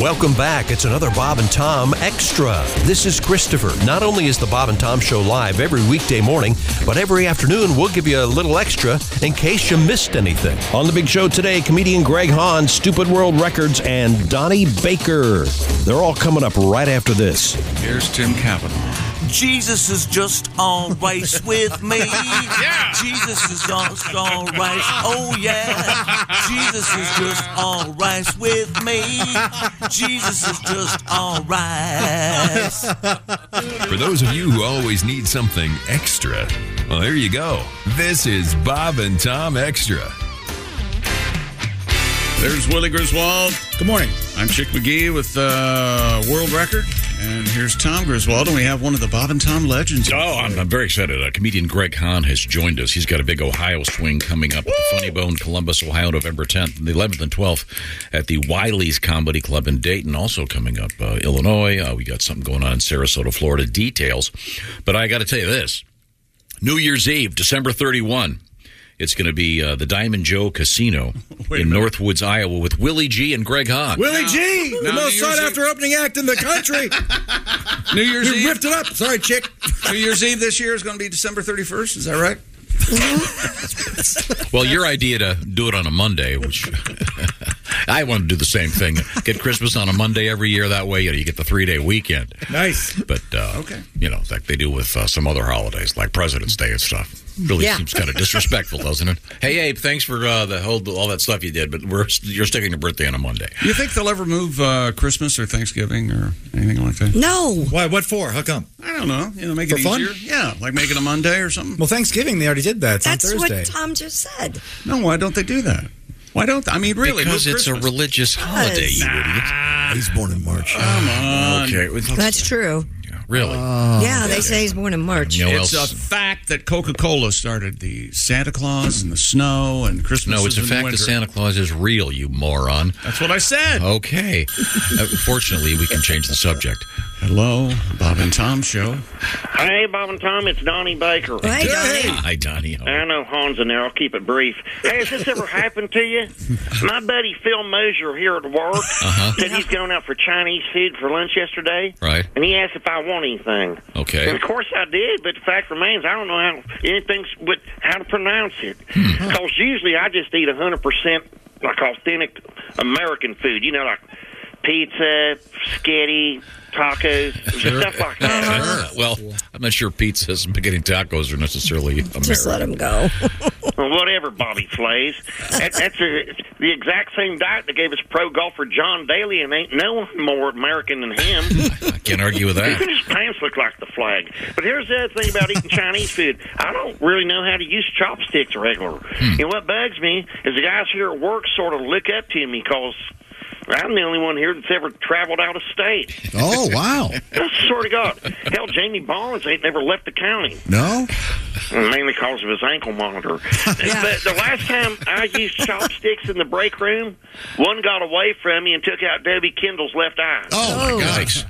Welcome back. It's another Bob and Tom Extra. This is Christopher. Not only is the Bob and Tom Show live every weekday morning, but every afternoon we'll give you a little extra in case you missed anything. On the big show today, comedian Greg Hahn, Stupid World Records, and Donnie Baker. They're all coming up right after this. Here's Tim Cavanaugh. Jesus is just always with me. Jesus is just always. Oh yeah. Jesus is just always with me. Jesus is just always. For those of you who always need something extra, well, there you go. This is Bob and Tom Extra. There's Willie Griswold. Good morning. I'm Chick McGee with uh, World Record. And here's Tom Griswold, and we have one of the Bob and Tom legends. Oh, I'm, I'm very excited. Uh, comedian Greg Hahn has joined us. He's got a big Ohio swing coming up at the Funny Bone, Columbus, Ohio, November 10th and the 11th and 12th at the Wiley's Comedy Club in Dayton. Also coming up, uh, Illinois. Uh, we got something going on in Sarasota, Florida. Details. But I got to tell you this New Year's Eve, December 31. It's going to be uh, the Diamond Joe Casino in Northwoods, Iowa, with Willie G and Greg Hahn. Willie G, Now, the most New Year's sought after opening act in the country. New Year's you Eve. ripped it up. Sorry, chick. New Year's Eve this year is going to be December 31st. Is that right? Well, your idea to do it on a Monday, which I want to do the same thing. Get Christmas on a Monday every year. That way, you, know, you get the three day weekend. Nice. But uh, Okay. you know, like they do with uh, some other holidays, like President's Day and stuff. Really seems kind of disrespectful, doesn't it? Hey, Abe, thanks for uh, the whole all that stuff you did, but we're you're sticking to birthday on a Monday. You think they'll ever move uh, Christmas or Thanksgiving or anything like that? No. Why? What for? How come? I don't know. You know, make it Hmm? For fun? easier. Yeah, like make it a Monday or something. Well, Thanksgiving they already did that. It's That's on Thursday. what Tom just said. No, why don't they do that? Why don't I mean really? because move it's a Christmas. religious holiday. You idiot. He's born in March. Okay, it was- That's true. really. Oh, yeah, they say he's born in March. You know it's else- a fact that Coca Cola started the Santa Claus and the snow and Christmas. no, it's a is in fact winter. that Santa Claus is real, you moron. That's what I said. Okay. Uh, fortunately, we can change the subject. Hello, Bob and Tom show. Hey, Bob and Tom, it's Donnie Baker. Right, Donnie? Hi, Donnie. I know Hans in there. I'll keep it brief. Hey, has this ever happened to you? My buddy Phil Mosier here at work said he's going out for Chinese food for lunch yesterday, Uh-huh. Right. and he asked if I want anything. And Okay. of course I did, but the fact remains I don't know how anything but how to pronounce it. Because usually I just eat hundred percent like authentic American food. You know, like pizza, sketty, tacos, stuff like that. Uh, well, I'm not sure pizzas and spaghetti tacos are necessarily American. Just let him go. Well, whatever Bobby plays. That, that's a, the exact same diet that gave us pro golfer John Daly, and ain't no one more American than him. I can't argue with Even that. his pants look like the flag. But here's the other thing about eating Chinese food. I don't really know how to use chopsticks regular. And what bugs me is the guys here at work sort of look up to me because I'm the only one here that's ever traveled out of state. Oh wow. I swear to God. Hell, Jamie Barnes ain't never left the county. No. Mainly because of his ankle monitor. But the last time I used chopsticks in the break room, one got away from me and took out Debbie Kendall's left eye. Oh, Yikes.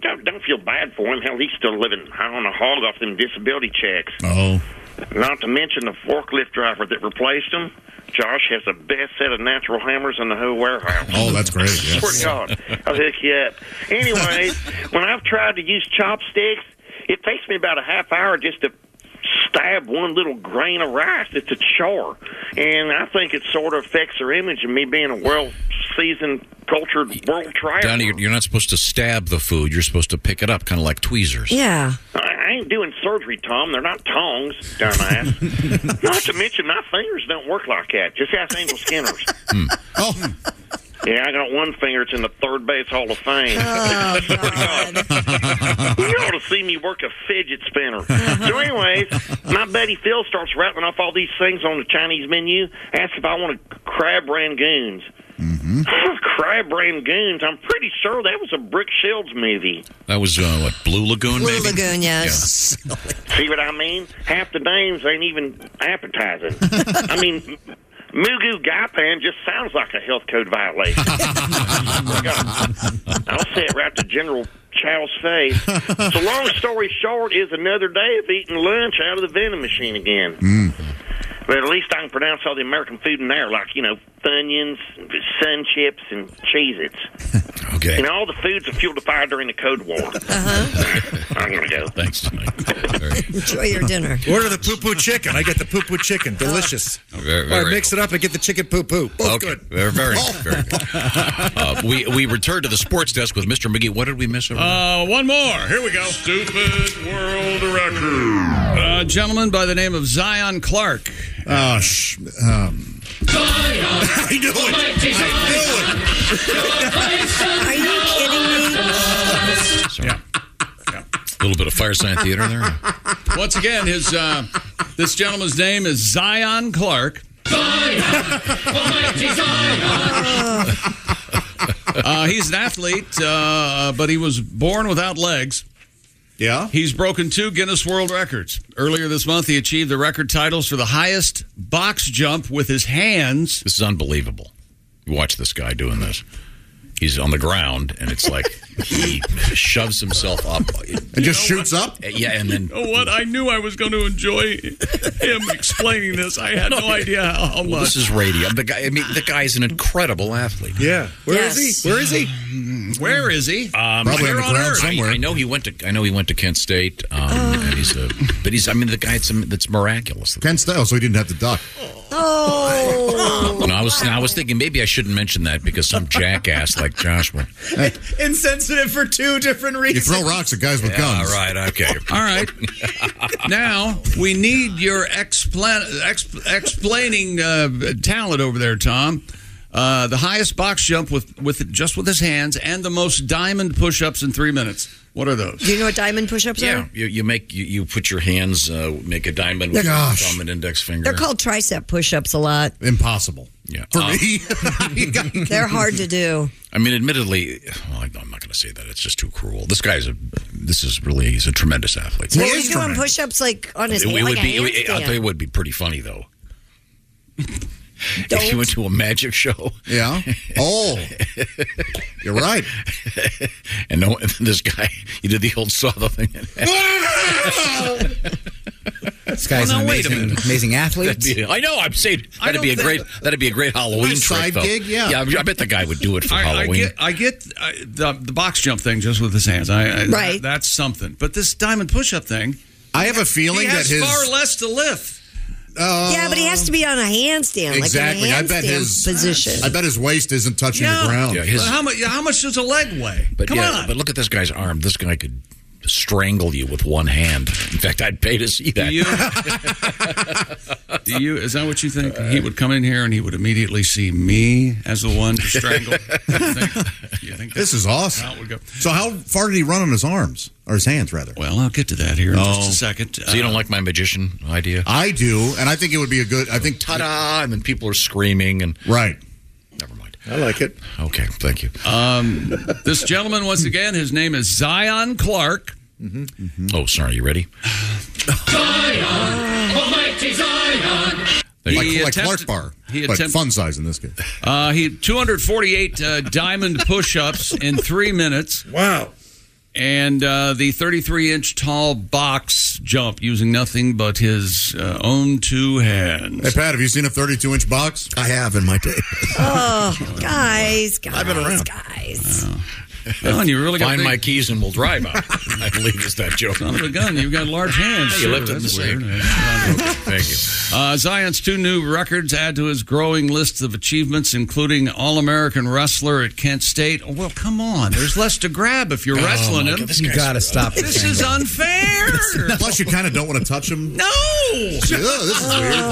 Don't, don't feel bad for him. Hell, he's still living high on a hog off them disability checks. Oh. Not to mention the forklift driver that replaced him. Josh has the best set of natural hammers in the whole warehouse. Oh, that's great. Swear to God, I'll hook you up. Anyways, when I've tried to use chopsticks, it takes me about a half hour just to stab one little grain of rice. It's a chore, and I think it sort of affects their image of me being a well-seasoned, cultured world traveler. Donnie, you're- you're not supposed to stab the food. You're supposed to pick it up, kind of like tweezers. Yeah. I ain't doing surgery, Tom. They're not tongs, dumbass. not to mention, my fingers don't work like that. Just ask Angel Skinner's. Oh. Yeah, I got one finger. It's in the third base Hall of Fame. Oh, God. You ought to see me work a fidget spinner. so, anyways, my buddy Phil starts rattling off all these things on the Chinese menu. Asks if I want a crab rangoons. Mm-hmm. Crab Rangoons. I'm pretty sure that was a Brick Shields movie. That was uh, what Blue Lagoon, Blue maybe. Lagoon, yes. See what I mean? Half the names ain't even appetizing. I mean, Mugu Gaipan just sounds like a health code violation. I'll say it right to General Chow's face. So, long story short, is another day of eating lunch out of the vending machine again. But at least I can pronounce all the American food in there, like, you know, Funyuns, Sun Chips, and Cheez Its. Okay. And all the foods that fueled the fire during the Cold War. I'm going to go. Thanks, Tony. Enjoy your dinner. Order the poo poo chicken. I get the poo poo chicken. Delicious. Very, or I very mix it up and get the chicken poo poo. Both Okay. good. Very, very, very Oh. good. Uh, we, we returned to the sports desk with Mr. McGee. What did we miss? Over there? Uh, one more. Here we go. Stupid world record. A gentleman Uh, by the name of Zion Clark. Oh, sh- um, I knew Oh it. I knew it. Are you kidding me? Sorry. A little bit of fireside theater there. Once again, his uh, this gentleman's name is Zion Clark. Uh, he's an athlete, uh, but he was born without legs. Yeah. He's broken two Guinness World Records. Earlier this month, he achieved the record titles for the highest box jump with his hands. This is unbelievable. You watch this guy doing this. He's on the ground, and it's like he shoves himself up. And just shoots up. Yeah, and then Oh, what? I knew I was going to enjoy him explaining this. I had no idea how, how well, this much. is radio. The guy. I mean, the guy's an incredible athlete. Yeah. Where is Yes. he? Where is he? Where is he? Um, Probably where on the ground earth? somewhere. I, I know he went to. I know he went to Kent State. Um, and he's a, but he's. I mean, the guy. It's, that's miraculous. Ken Stiles, so he didn't have to duck. Oh, No, I was. I was thinking maybe I shouldn't mention that because some jackass like Joshua. Insensitive for two different You reasons. throw rocks at guys with All guns. right. Okay. All right. now we need your explan- exp- explaining uh, talent over there, Tom. Uh, the highest box jump with, with just with his hands, and the most diamond push-ups in three minutes. What are those? do you know what diamond push-ups Yeah. are? You, you make you, you put your hands uh, make a diamond with Gosh. your thumb and index finger. They're called tricep push-ups a lot. Impossible. Yeah. For Um, me. You got- They're hard to do. I mean, admittedly, well, I'm not going to say that. It's just too cruel. This guy's a. This is really. He's a tremendous athlete. Well, is he's doing tremendous. push-ups like on his It, hand, would like be. a It, I handstand. thought it would be pretty funny though. if Don't. you went to a magic show yeah. Oh. You're right. and no, and this guy, you did the old saw the thing. This guy's Well, now, an wait a amazing, minute. amazing athlete. That'd be- I know. I'm saying I that'd be a don't great. think- That'd be a great Halloween Nice trick, side though. gig, yeah. yeah. I- I bet the guy would do it for I, I Halloween. get, I get uh, the, the box jump thing just with his hands. I, I, Right. that's something. But this diamond push-up thing, I have a he feeling that has his. far less to lift. yeah, but he has to be on a handstand, exactly. I like in a handstand bet his position. I bet his waist isn't touching the ground. Yeah, his- But how much? How much does a leg weigh? but Come yeah, on. but look at this guy's arm. This guy could strangle you with one hand. In fact, I'd pay to see that. Do you? do you? Is that what you think? he would come in here and he would immediately see me as the one to strangle. you think, you think This is awesome. Out would go. So how far did he run on his arms or his hands rather? Well, I'll get to that here in just a second. Oh. So you don't like my magician idea? I do, and I think it would be a good. I think Ta-da! And then people are screaming and right. never mind. I like it. Okay, thank you. Uh, this gentleman, once again, his name is Zion Clark. oh, sorry. You ready? Like, He like attempted- Clark Bar, he but attempt- fun size in this case. Uh, he had 248 uh, diamond push-ups in three minutes, Wow. and uh, the 33-inch tall box jump using nothing but his uh, own two Hey hands. Pat, have you seen a 32 inch box? I have in my day. oh, guys, guys, been around. guys. Don, you really got Find big- my keys and we'll drive out. I believe it's that joke. Son of a gun, you've got large hands. Hey, you sir. left it in the That's sink. weird. Thank you. Uh, Zion's two new records add to his growing list of achievements, including All American wrestler at Kent State. Oh, well, come on. There's less to grab if you're wrestling him. This This, You guy's- gotta stop this. is unfair. Plus, you kind of don't want to touch them. no. Ugh, this is weird.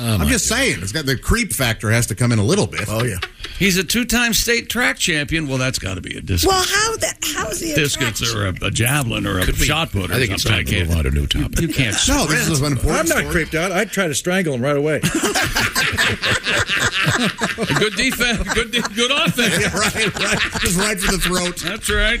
Oh, I'm just saying, it's got the creep factor has to come in a little bit. Oh yeah, He's a two time state track champion. Well, that's got to be a discount. Well, how the How's he? Biscuits or a, a javelin or a Could we- shot put. Or I think it's something. time to move on to a new topic. You can't. sprint. I'm not creeped out. I'd try to strangle him right away. good defense. Good, de- good offense. right, right. Just right for the throat. That's right.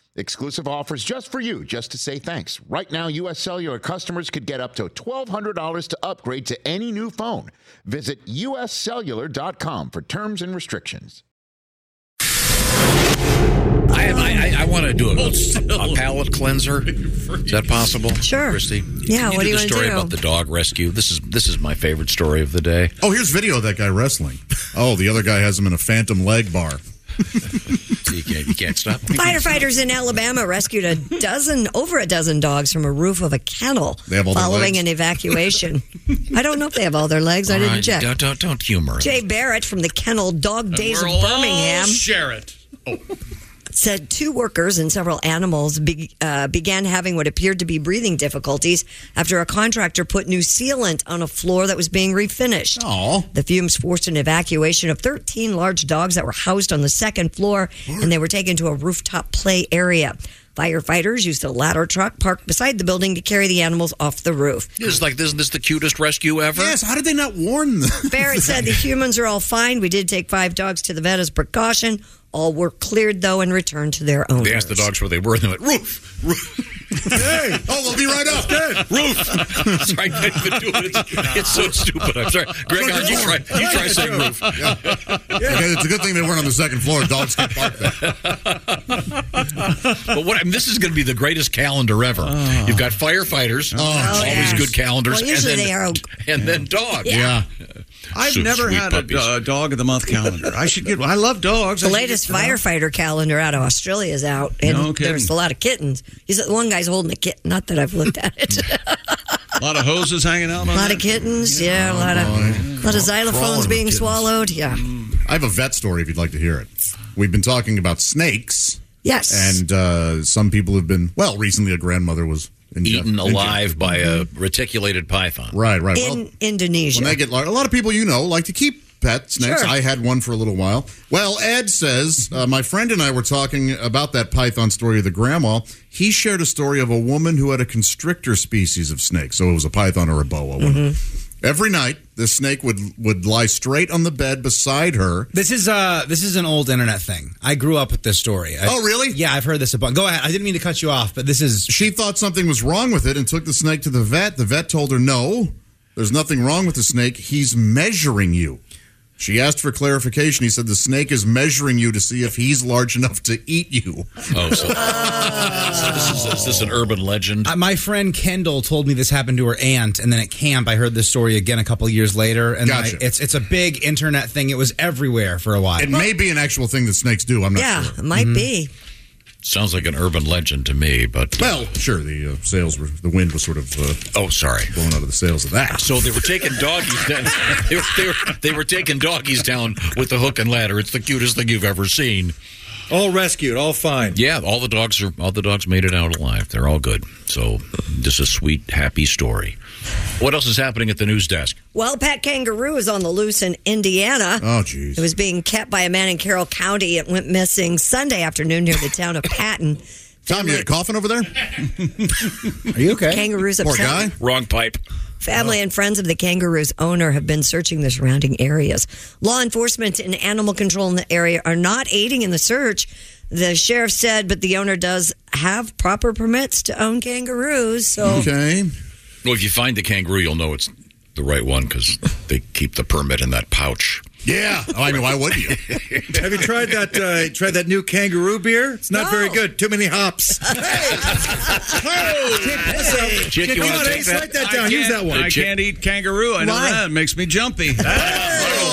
Exclusive offers just for you, just to say thanks. Right now, U.S. Cellular customers could get up to $1,200 to upgrade to any new phone. Visit uscellular.com for terms and restrictions. I, have, I, I, I want to do a, a palate cleanser. Is that possible? Sure, Christy. Yeah, Can what do you the wanna story do? about the dog rescue? This is this is my favorite story of the day. Oh, here's video of that guy wrestling. Oh, the other guy has him in a phantom leg bar. you, can't, you can't stop Firefighters in Alabama rescued a dozen, over a dozen dogs from a roof of a kennel They have all their following legs? an evacuation. I don't know if they have all their legs. I All didn't right, check. Don't, don't, don't humor. it. Jay Barrett from the Kennel Dog Days of We'll all Birmingham share it. said two workers and several animals be, uh, began having what appeared to be breathing difficulties after a contractor put new sealant on a floor that was being refinished. The fumes forced an evacuation of 13 large dogs that were housed on the second floor and they were taken to a rooftop play area. Firefighters used a ladder truck parked beside the building to carry the animals off the roof. This is like this. This is the cutest rescue ever. Yes. How did they not warn them? Barrett said the humans are all fine. We did take five dogs to the vet as precaution. All were cleared though and returned to their owners. They asked the dogs where they were, and they went roof. hey, oh, we'll be right up. Roof. sorry, I couldn't do it. It's, it's so stupid. I'm sorry, Greg. Look, You it's try. You try saying roof. Yeah. Okay, it's a good thing they weren't on the second floor. Dogs can't park there. But what I mean, this is going to be the greatest calendar ever. Oh. You've got firefighters, Oh, always yes. good calendars, Well, usually and then they are- and then dog. Yeah. I've Sweet- never sweet had a puppies. do- uh, a dog of the month calendar. I should get one. I love dogs. The I should latest get- firefighter calendar out of Australia is out, and No kidding. there's a lot of kittens. He's one guy's holding a kitten. Not that I've looked at it. A lot of hoses hanging out. a lot of kittens, yeah. a lot of a lot of xylophones Oh, Crawling being with kittens. swallowed, yeah. I have a vet story if you'd like to hear it. We've been talking about snakes. Yes. And uh, some people have been, well, recently a grandmother was in Eaten alive by a reticulated python. Right, right. In Indonesia, When they get large, a lot of people you know like to keep pet snakes. Sure. I had one for a little while. Well, Ed says uh, my friend and I were talking about that python story of the grandma. He shared a story of a woman who had a constrictor species of snake. So it was a python or a boa. one. Every night, the snake would would lie straight on the bed beside her. This is uh this is an old internet thing. I grew up with this story. I- Oh, really? Yeah, I've heard this a bunch. Go ahead. I didn't mean to cut you off, but this is She thought something was wrong with it and took the snake to the vet. The vet told her, "No, there's nothing wrong with the snake. He's measuring you." She asked for clarification. He said the snake is measuring you to see if he's large enough to eat you. Oh, so, so Oh. this is, is this an urban legend? uh, my friend Kendall told me this happened to her aunt, and then at camp I heard this story again a couple years later, and Gotcha. I- it's it's a big internet thing. It was everywhere for a while. It may be an actual thing that snakes do. I'm not yeah, sure. it might be. Sounds like an urban legend to me, but well, sure. The uh, sails were the wind was sort of uh, oh, sorry, blowing out of the sails of that. So they were taking doggies down. They were, they, were, they were taking doggies down with the hook and ladder. It's the cutest thing you've ever seen. All rescued, all fine. Yeah, all the dogs are all the dogs made it out alive. They're all good. So just a sweet, happy story. What else is happening at the news desk? Well, pet kangaroo is on the loose in Indiana. Oh, jeez. It was being kept by a man in Carroll County. It went missing Sunday afternoon near the town of Patton. Tom, you coughing over there? Are you okay? Kangaroos Poor upset. guy. Wrong pipe. Family and friends of the kangaroo's owner have been searching the surrounding areas. Law enforcement and animal control in the area are not aiding in the search. The sheriff said, but the owner does have proper permits to own kangaroos. So Well, if you find the kangaroo, you'll know it's the right one because they keep the permit in that pouch. Yeah. Oh, I mean, why wouldn't you? Have you tried that? Uh, tried that new kangaroo beer? It's not very good. Too many hops. Chick, you wanna take that? Write that I down. Use can't- that one. I can't eat kangaroo. I know Why? that. It makes me jumpy. That's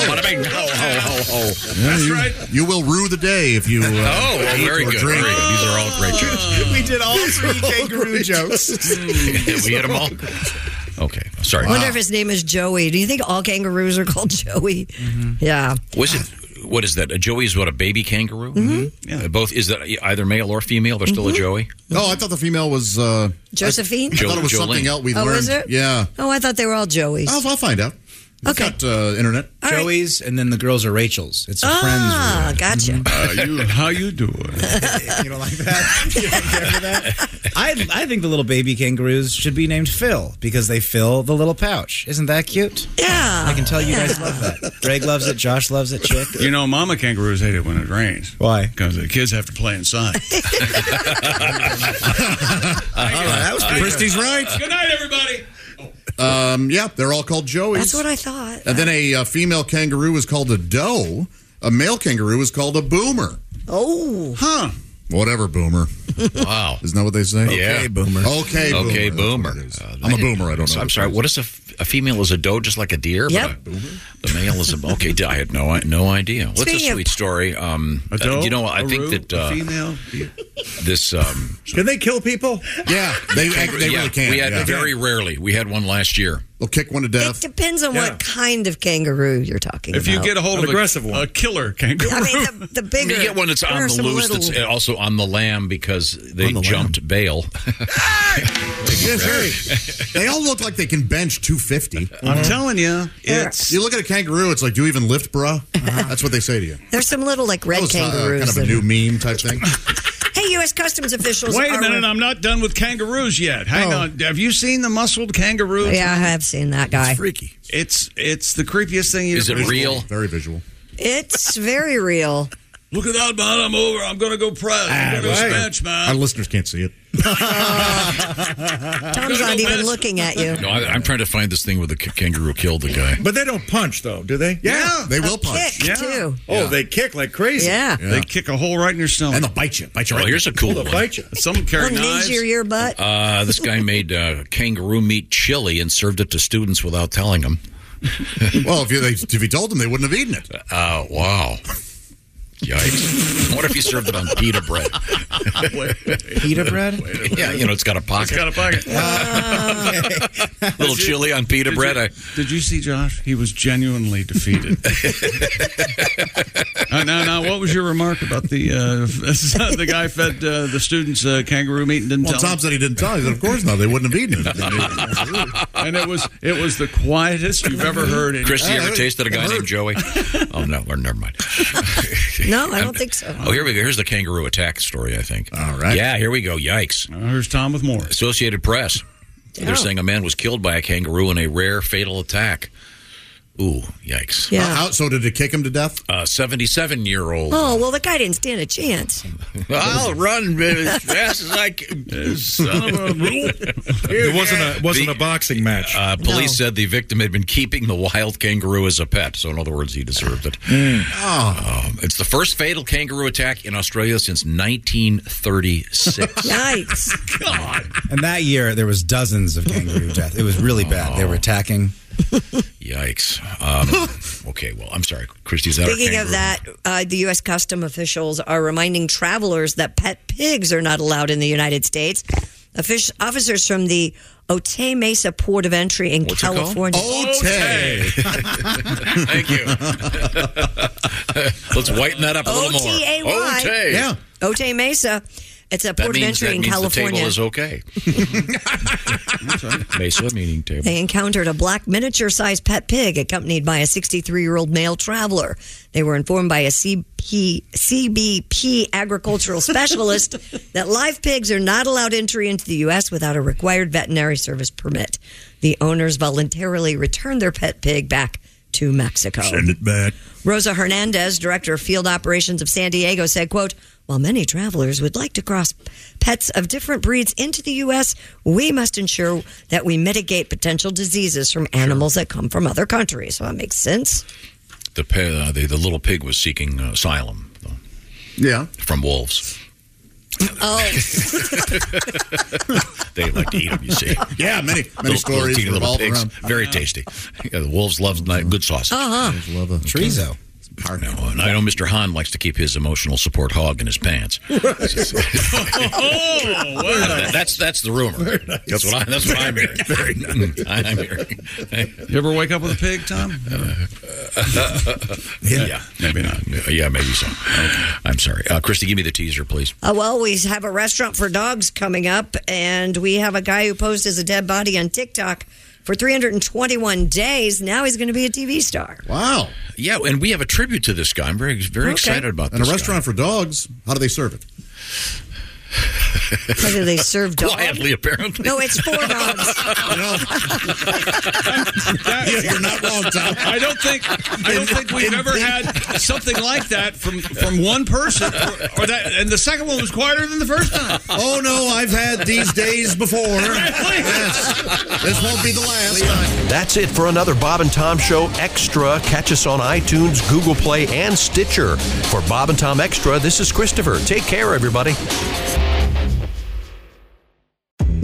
you, right. You will rue the day if you. Uh, Oh, well, eat very or good, Drink. very good. These are all great jokes. We did all three kangaroo jokes. we hit them all. Okay, sorry. Uh, I wonder if his name is Joey. Do you think all kangaroos are called Joey? Mm-hmm. Yeah. Was it? What is that? A joey is what a baby kangaroo. Mm-hmm. Yeah. Both is that either male or female? They're still a joey. No, Oh, I thought the female was uh, Josephine? I, I thought it was Jo- something Jolene. else we Oh, learned. is it? Yeah. Oh, I thought they were all Joeys. Oh, I'll, I'll find out. We've Okay. Got, uh, internet. Joey's, and then the girls are Rachel's. It's a Ah, friends. gotcha. Uh, how you doing? you don't like that? You don't care for that? I, I think the little baby kangaroos should be named Phil because they fill the little pouch. Isn't that cute? Yeah. I can tell you guys love that. Greg loves it. Josh loves it. Chick. You know, mama kangaroos hate it when it rains. Why? Because the kids have to play inside. that was pretty Christy's good. right. Good night, everybody. Um, yeah, they're all called Joeys. That's what I thought. And then a uh, female kangaroo is called a doe. A male kangaroo is called a boomer. Oh. Huh. Whatever, boomer. Wow. Isn't that what they say? Yeah. Okay, boomer. Okay, boomer. Uh, I'm a boomer. I don't know. I'm sorry. What is a, f- a female is a doe just like a deer? Yep. But a, the male is a okay. I had no I- no idea. What's Speaking a of- sweet story? Um, A doe, you know, I a think roo, that a uh, female. this um, Can they kill people? Yeah, they, they yeah, really can. We had yeah. very rarely. We had one last year. They'll kick one to death. Depends on Yeah. what kind of kangaroo you're talking If about. you get a hold An of a- aggressive one. A killer kangaroo. I mean, the, the bigger. You get one that's there on are the some loose. little- That's uh, also on the lamb because they jumped bail. they all look like they can bench 250. I'm telling you, it's you look at a kangaroo. It's like, do you even lift, bruh? That's what they say to you. There's some little like That red was, uh, kangaroos. kind of a Uh-huh. that new meme type thing. are- hey, U.S. Customs officials. Wait a are- minute, I'm not done with kangaroos yet. Hang Oh. on. Have you seen the muscled kangaroo? Yeah, I have seen that guy. freaky. It's it's the creepiest thing you Is it ever real? Very visual. It's very real. Look at that, man. I'm over. I'm going to go press. I'm Ah, going to go snatch, Ah, man. Our listeners can't see it. Tom's not even looking at you. No, I, I'm trying to find this thing where the k- kangaroo killed the guy. But they don't punch though, do they? Yeah, they will A punch. kick, too. Oh, they kick like crazy. Yeah. They kick a hole right in your stomach. And they'll bite you. Bite you. Oh, right here's a cool They'll one. bite you. Some carry One knees knives. your ear butt. Uh, this guy made uh, kangaroo meat chili and served it to students without telling them. there. well, if you they, if you told them, they wouldn't have eaten it. Uh, wow. Yikes. I wonder if he served it on pita bread. Pita bread. Yeah, you know, it's got a pocket. It's got a pocket. Uh, Little chili on pita bread. I, Did you see Josh? He was genuinely defeated. uh, now, now, what was your remark about the uh, the guy fed uh, the students uh, kangaroo meat and didn't Well, tell them? Tom said he didn't tell. He said, of course not. They wouldn't have eaten it. and it was it was the quietest you've ever heard. And Chris, you Uh, ever tasted a guy named Joey? Oh, no. Or never mind. No, I don't think so. Oh, here we go. Here's the kangaroo attack story, I think. All right. Yeah, here we go. Yikes. Uh, here's Tom with more. Associated Press. Oh. They're saying a man was killed by a kangaroo in a rare fatal attack. Ooh, yikes. Yeah. Out. So did it kick him to death? A 77 year old. Oh well, the guy didn't stand a chance. I'll run as fast as I can. Son of a Uh, It wasn't a wasn't a boxing match. Uh, police No. said the victim had been keeping the wild kangaroo as a pet. So, in other words, he deserved it. Um, it's the first fatal kangaroo attack in Australia since 1936. Yikes! And that year there was dozens of kangaroo death. It was really bad. They were Oh. attacking. Yikes. Um, okay, well, I'm sorry, Christy. Is that our Speaking of kangaroo? that, uh, the U.S. custom officials are reminding travelers that pet pigs are not allowed in the United States. Offic- officers from the Otay Mesa Port of Entry in What's it called? California. Thank you. Let's whiten that up a little more. O-T-A-Y. O-T. Yeah. Otay Mesa It's a That port of means, entry that in means the California. table is okay. Mesa meeting table. They encountered a black miniature sized pet pig accompanied by a 63 year old male traveler. They were informed by a CP, CBP agricultural specialist that live pigs are not allowed entry into the U.S. without a required veterinary service permit. The owners voluntarily returned their pet pig back to Mexico. Send it back. Rosa Hernandez, director of field operations of San Diego, said, quote, while many travelers would like to cross pets of different breeds into the U.S., we must ensure that we mitigate potential diseases from animals that come from other countries. So that makes sense. The, pe- uh, the the little pig was seeking uh, asylum. though, Yeah. from wolves. Oh, They like to eat them. You see. Yeah, many- many Little- stories teeny revolve pigs. around- Very tasty. Yeah, the wolves love ni- good sausage. Uh-huh. Wolves love a chorizo. No, and I know Mr. Hahn likes to keep his emotional support hog in his pants. Oh, That- that's that's the rumor. That's what I that's what I'm hearing. Very nice. I'm hearing. You ever wake up with a pig, Tom? yeah. maybe not. Yeah, maybe so. I'm sorry, uh, Christy. Give me the teaser, please. Uh, well, we have a restaurant for dogs coming up, and we have a guy who posed as a dead body on TikTok for 321 days. Now he's going to be a TV star. Wow. Yeah, and we have a tribute to this guy. I'm very very Okay. excited about And this. a restaurant for dogs. How do they serve it? How do they serve dogs? Quietly, apparently. No, it's four dogs. You're not wrong, Tom. I don't think I don't think we've ever had something like that from from one person, or, or that, and the second one was quieter than the first time. Oh no, I've had these days before. yes, this won't be the last. That's it for another Bob and Tom Show Extra. Catch us on iTunes, Google Play, and Stitcher. For Bob and Tom Extra, this is Christopher. Take care, everybody.